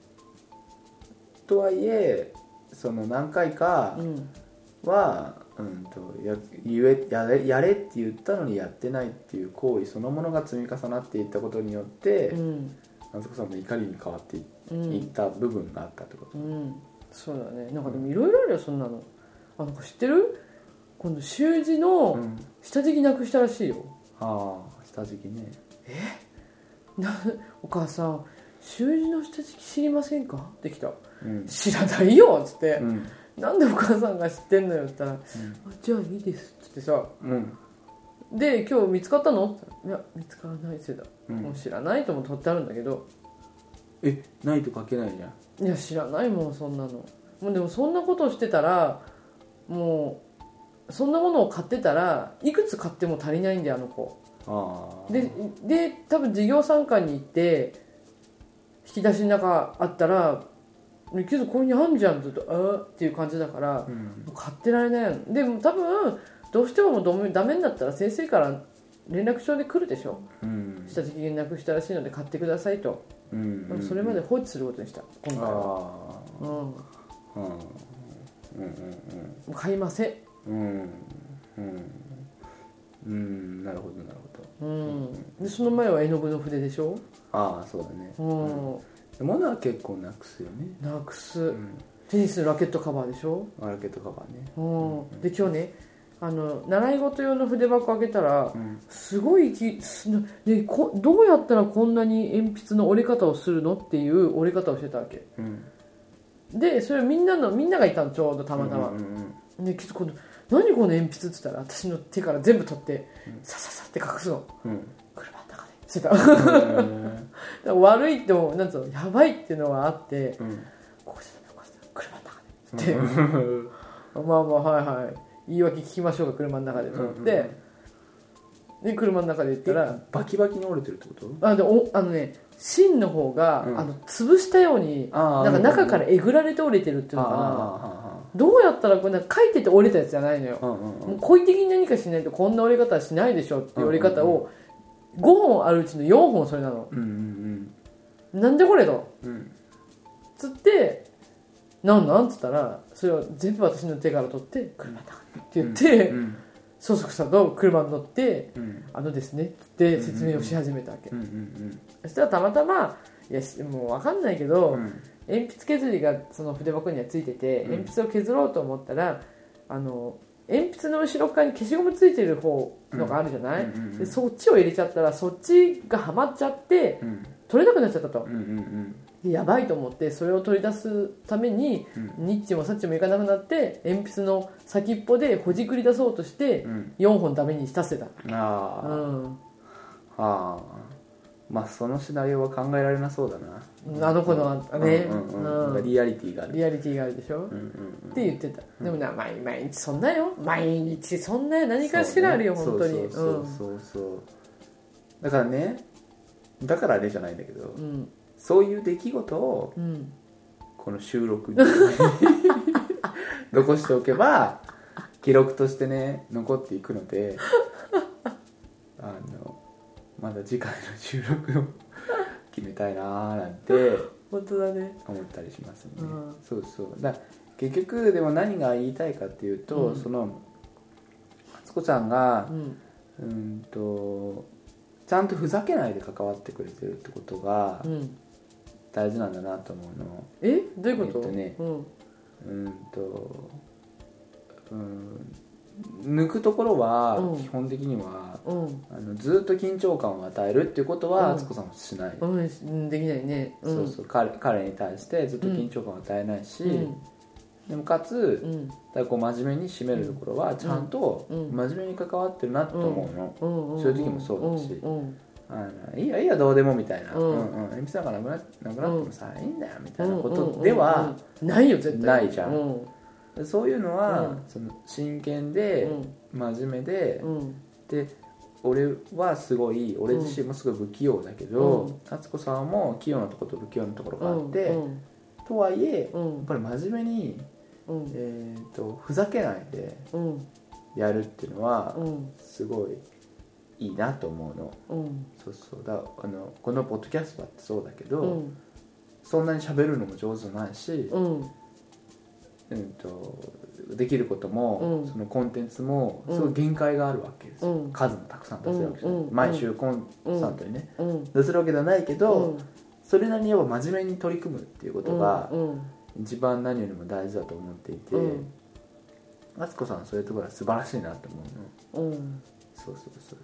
とはいえその何回かうんは、うん、とや言えやれやれって言ったのにやってないっていう行為そのものが積み重なっていったことによって、うんあそこさんの怒りに変わっていっうんいった部分があったってこと、うんそうだねなんかでもいろいろあるよそんなのあなんか知ってる今度習字うのん下敷きなくしたらしいよ、ああ下敷きねお母さん習字の下敷き知りませんかって来たうん、知らないよっつってう、んなんでお母さんが知ってんのよって言ったら、あじゃあいいですっつってさうんで今日見つかったのって言ったらいや見つからないせいだ、うんもう知らないとも取ってあるんだけどえないと書けないじゃんいや知らないもんそんなのもうでもそんなことをしてたらもうそんなものを買ってたらいくつ買っても足りないんだよあの子ああでで多分事業参観に行って引き出しの中あったら「ねけどこれにあんじゃん」ずっと「あーっていう感じだからもうんう買ってられないのでも多分どうしてももうダメダメになったら先生から連絡帳で来るでしょうん下敷きなくしたらしいので買ってくださいとうんでもそれまで放置することにした今あ回は、あうん、うんうん買いませんうんうんうんなるほどなるほどうん、でその前は絵の具の筆でしょ、ああそうだねうん物は結構なくすよねなくす、うんテニスのラケットカバーでしょ、ラケットカバーねうんうんで今日ねあの習い事用の筆箱開けたらうんすごいきすなでこどうやったらこんなに鉛筆の折り方をするのっていう折り方をしてたわけうんでそれみんなのみんながいたのちょうどたまたまう、んうんできっとこの何この鉛筆って言ったら私の手から全部取って、さささって隠すのうん車の中でしてただかうんら 悪いってもうなんつうのやばいっていうのはあって、うんここじゃダメここじゃダメ車の中でってまあまあはいはい言い訳聞きましょうか車の中でと思って、で車の中で言ったらバキバキに折れてるってことあでおあのね芯の方が、うんあの潰したようにあなんか中からえぐられて折れてるっていうのかなあどうやったらこれなんか書いてて折れたやつじゃないのよあうんうんうんもう故意的に何かしないとこんな折れ方はしないでしょっていう折れ方を5本あるうちの4本それなのうんうんなんでこれとうんうんつって「なんなん?」っつったらそれを全部私の手から取って「車の中に」って言って、うん宗則さんと車に乗ってうん「あのですね」っつって説明をし始めたわけ、うんうんそしたらたまたま「いやしもう分かんないけど、うん鉛筆削りがその筆箱にはついててうん鉛筆を削ろうと思ったら、あの鉛筆の後ろ側に消しゴムついてる方のがあるじゃない、うんうんうんでそっちを入れちゃったらそっちがはまっちゃってうん取れなくなっちゃったとうんうんでやばいと思ってそれを取り出すために、ニッチもサッチもいかなくなって鉛筆の先っぽでほじくり出そうとしてうんうん4本ダメにしたせた、あうあ、ん、ああまあそのシナリオは考えられなそうだなあの子のうんねうんうんうんリアリティがあるリアリティがあるでしょ、うんうんうんって言ってたでもな毎毎日そんなよ毎日そんなよ何かしらあるよ、そう本当にそうそうそうそうだからねだからねじゃないんだけど、うんそういう出来事をうんうんこの収録に残しておけば記録としてね残っていくのであのまだ次回の収録を決めたいなーなんて本当だね思ったりしますね、うんそうそうだ結局でも何が言いたいかっていうと、うんその敦子さんがうんうんとちゃんとふざけないで関わってくれてるってことがうん大事なんだなと思うの、えどういうこと、えっとねうんうんと、うん、抜くところはうん基本的には、うんあのずっと緊張感を与えるっていうことはうん敦子さんはしない、うんうんできないねうんそうそう彼彼に対してずっと緊張感を与えないし、うんでもかつう、んだからこう真面目に締めるところはちゃんとうんうん真面目に関わってるなと思うの、うんうんそういう時もそうだしうんうんあのいいやいいやどうでもみたいな、ううんんうん、鉛筆なんかなくななくなってもさ、いいんだよみたいなこうんうんうとんでは、ないよ絶対ないじゃんうんそういうのは、うんその真剣で、真面目で、うんで俺はすごい俺自身もすごい不器用だけうどん敦、子さんも器用なところと不器用なところうがあんって、うんとはいえうやっんぱり真面目に、うんえー、とふざけないでうんやるっていうのはうんすごいいいなと思うの。うんそうそうだあのこのポッドキャストだってそうだけど、うんそんなに喋るのも上手じゃないし、うんうんとできることも、うんそのコンテンツもうんすごい限界があるわけですよ、うん数もたくさん出せるわけじゃない、うんうん毎週コンサートにね、うん出せるわけではないけど、それなりにやっぱ真面目に取り組むっていうことがうんうん一番何よりも大事だと思っていて、うんあつこさんはそういうところは素晴らしいなと思うのうんそうそうそう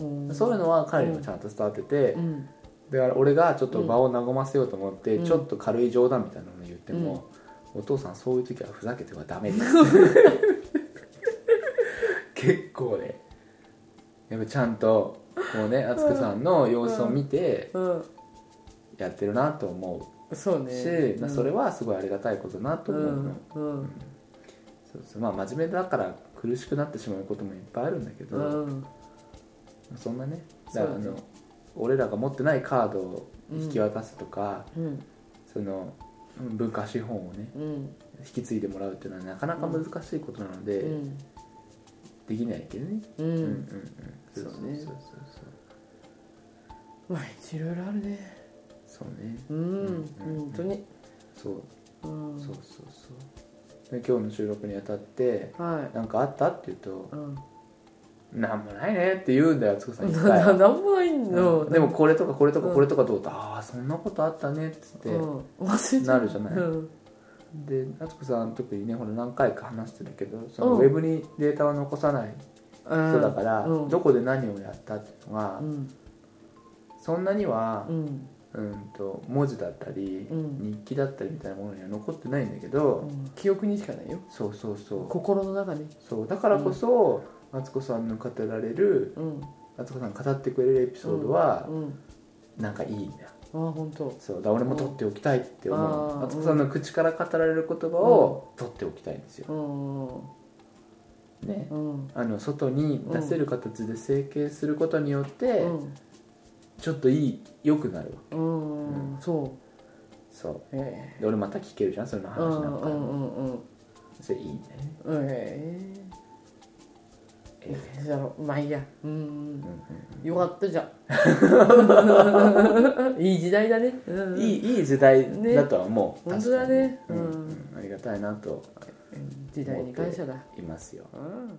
そう、うんそういうのは彼にもちゃんと伝わってて、うんだから俺がちょっと場を和ませようと思って、うんちょっと軽い冗談みたいなのを言っても、お父さんそういう時はふざけてはダメです結構ねやっぱちゃんとこうね敦子さんの様子を見てうんやってるなと思そううねし、まあ、それははすごいありがたいことだなと思うの、うんうんそうそうまあ真面目だから苦しくなってしまうこともいっぱいあるんだけど、うんそんなねだからあそうのね俺らが持ってないカードを引き渡すとか、うんそのうん文化資本をねうん引き継いでもらうっていうのはなかなか難しいことなので、うんできないけどね、ううんうんんうんそうねそう毎日いろいろあるねそうそうそうねうんうん本当にそううんそうそうそうで今日の収録にあたってはい何かあったって言うとうん「なんもないね」って言うんだよ敦子さん一回、 ななんもないうんのでもこれとかこれとうかんこれとかどうだ、ああそんなことあったねっつって、うん忘れてなるじゃないうんで敦子さん特にねほら何回か話してるけどそうのんウェブにデータは残さないそうだから、うんどこで何をやったっていうのが、うんそんなにはう、んうん、と文字だったり、うん日記だったりみたいなものには残ってないんだけど、うん記憶にしかないよそうそうそう心の中にそうだからこそ、敦子さんの語られるうん敦子さんが語ってくれるエピソードはう、んなんかいいんだよああ本当そうだから俺も取っておきたいって思う、うんあー敦子さんの口から語られる言葉を取っておきたいんですよ、うんねうんあの外に出せる形で整形することによって、うんちょっといい良くなるわうんそそううえで俺また聞けるじゃんそのえ話うんなうんんか、うんうんそれいいんだよねうんえええじゃろまあいいやうんよかったじゃんいい時代だねうんいいいい時代だとは思う、ね確かに本当だねうんうんうんありがたいなと時代に感謝だいますようん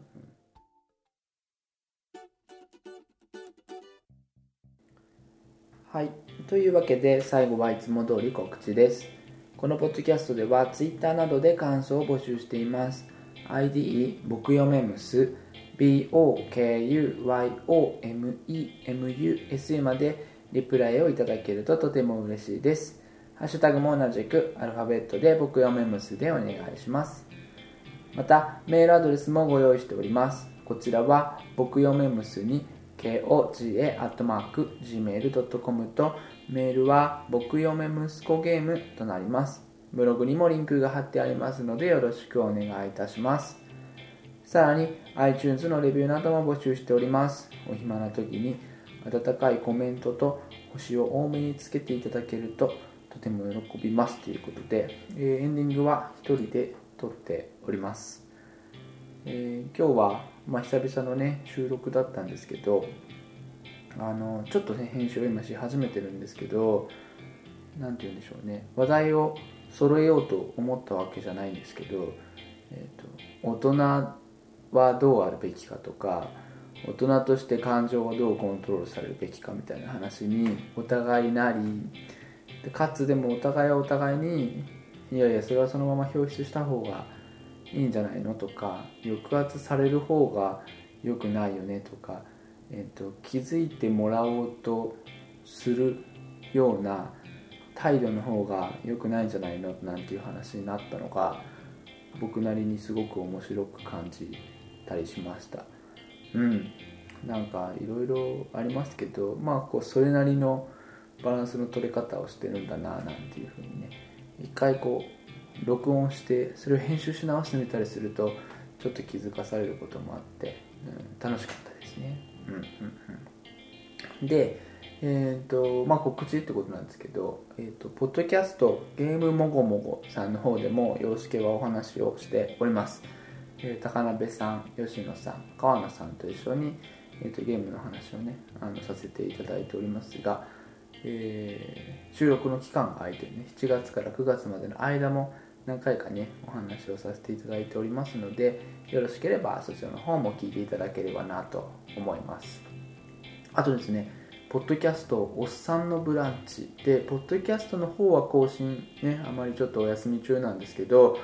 はいというわけで最後はいつも通り告知ですこのポッドキャストでは Twitter などで感想を募集しています ID 僕よめむす BOKUYOMEMUSU までリプライをいただけるととても嬉しいですハッシュタグも同じくアルファベットで僕よめむすでお願いしますまたメールアドレスもご用意しておりますこちらは僕よめむすに koga.gmail.com とメールは僕よめ息子ゲームとなりますブログにもリンクが貼ってありますのでよろしくお願いいたしますさらに iTunes のレビューなども募集しておりますお暇な時に温かいコメントと星を多めにつけていただけるととても喜びますということで、えーエンディングは一人で撮っております、えー今日は、まあ、久々のね収録だったんですけどあのちょっとね編集を今し始めてるんですけど何て言うんでしょうね話題を揃えようと思ったわけじゃないんですけど、えー、と大人はどうあるべきかとか大人として感情をどうコントロールされるべきかみたいな話にお互いなりでかつでもお互いはお互いにいやいやそれはそのまま表出した方がいいんじゃないのとか抑圧される方が良くないよねとか、えっと気づいてもらおうとするような態度の方が良くないんじゃないのなんていう話になったのが僕なりにすごく面白く感じたりしました。うん、なんかいろいろありますけどまあこうそれなりのバランスの取れ方をしてるんだななんていうふうにね一回こう録音してそれを編集し直してみたりするとちょっと気づかされることもあって、うん、楽しかったですね。うんうんうん、でえーとまあ、告知ってことなんですけど、えー、とポッドキャストゲームもごもごさんの方でも洋介はお話をしております、えー高鍋さん吉野さん川名さんと一緒に、えーとゲームの話をねあのさせていただいておりますが、えー収録の期間が空いてるね7月から9月までの間も何回かねお話をさせていただいておりますのでよろしければそちらの方も聞いていただければなと思いますあとですねポッドキャストおっさんのブランチでポッドキャストの方は更新ねあまりちょっとお休み中なんですけど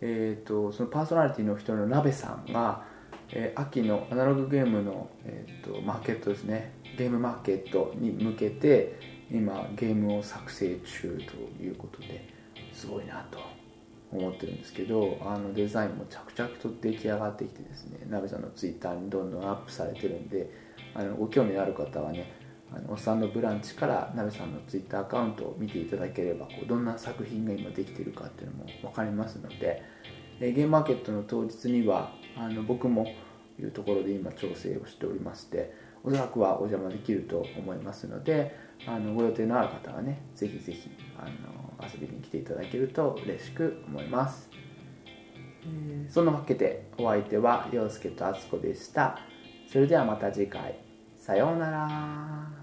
えー、とそのパーソナリティの人の鍋さんが、えー秋のアナログゲームの、えー、とマーケットですねゲームマーケットに向けて今ゲームを作成中ということですごいなと思ってるんですけどあのデザインも着々と出来上がってきてですね鍋さんのツイッターにどんどんアップされてるんであのご興味のある方はねあのおっさんのブランチから鍋さんのツイッターアカウントを見ていただければこうどんな作品が今できてるかっていうのも分かりますので、えーゲームマーケットの当日にはあの僕もいうところで今調整をしておりましておそらくはお邪魔できると思いますのであのご予定のある方はねぜひぜひあの遊びに来ていただけると嬉しく思います、えーそんなわけでお相手は陽介とあつこでしたそれではまた次回さようなら